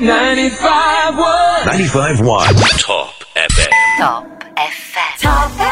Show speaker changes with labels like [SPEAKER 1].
[SPEAKER 1] 95
[SPEAKER 2] 95.1
[SPEAKER 3] Top FM.
[SPEAKER 4] Top FM. Top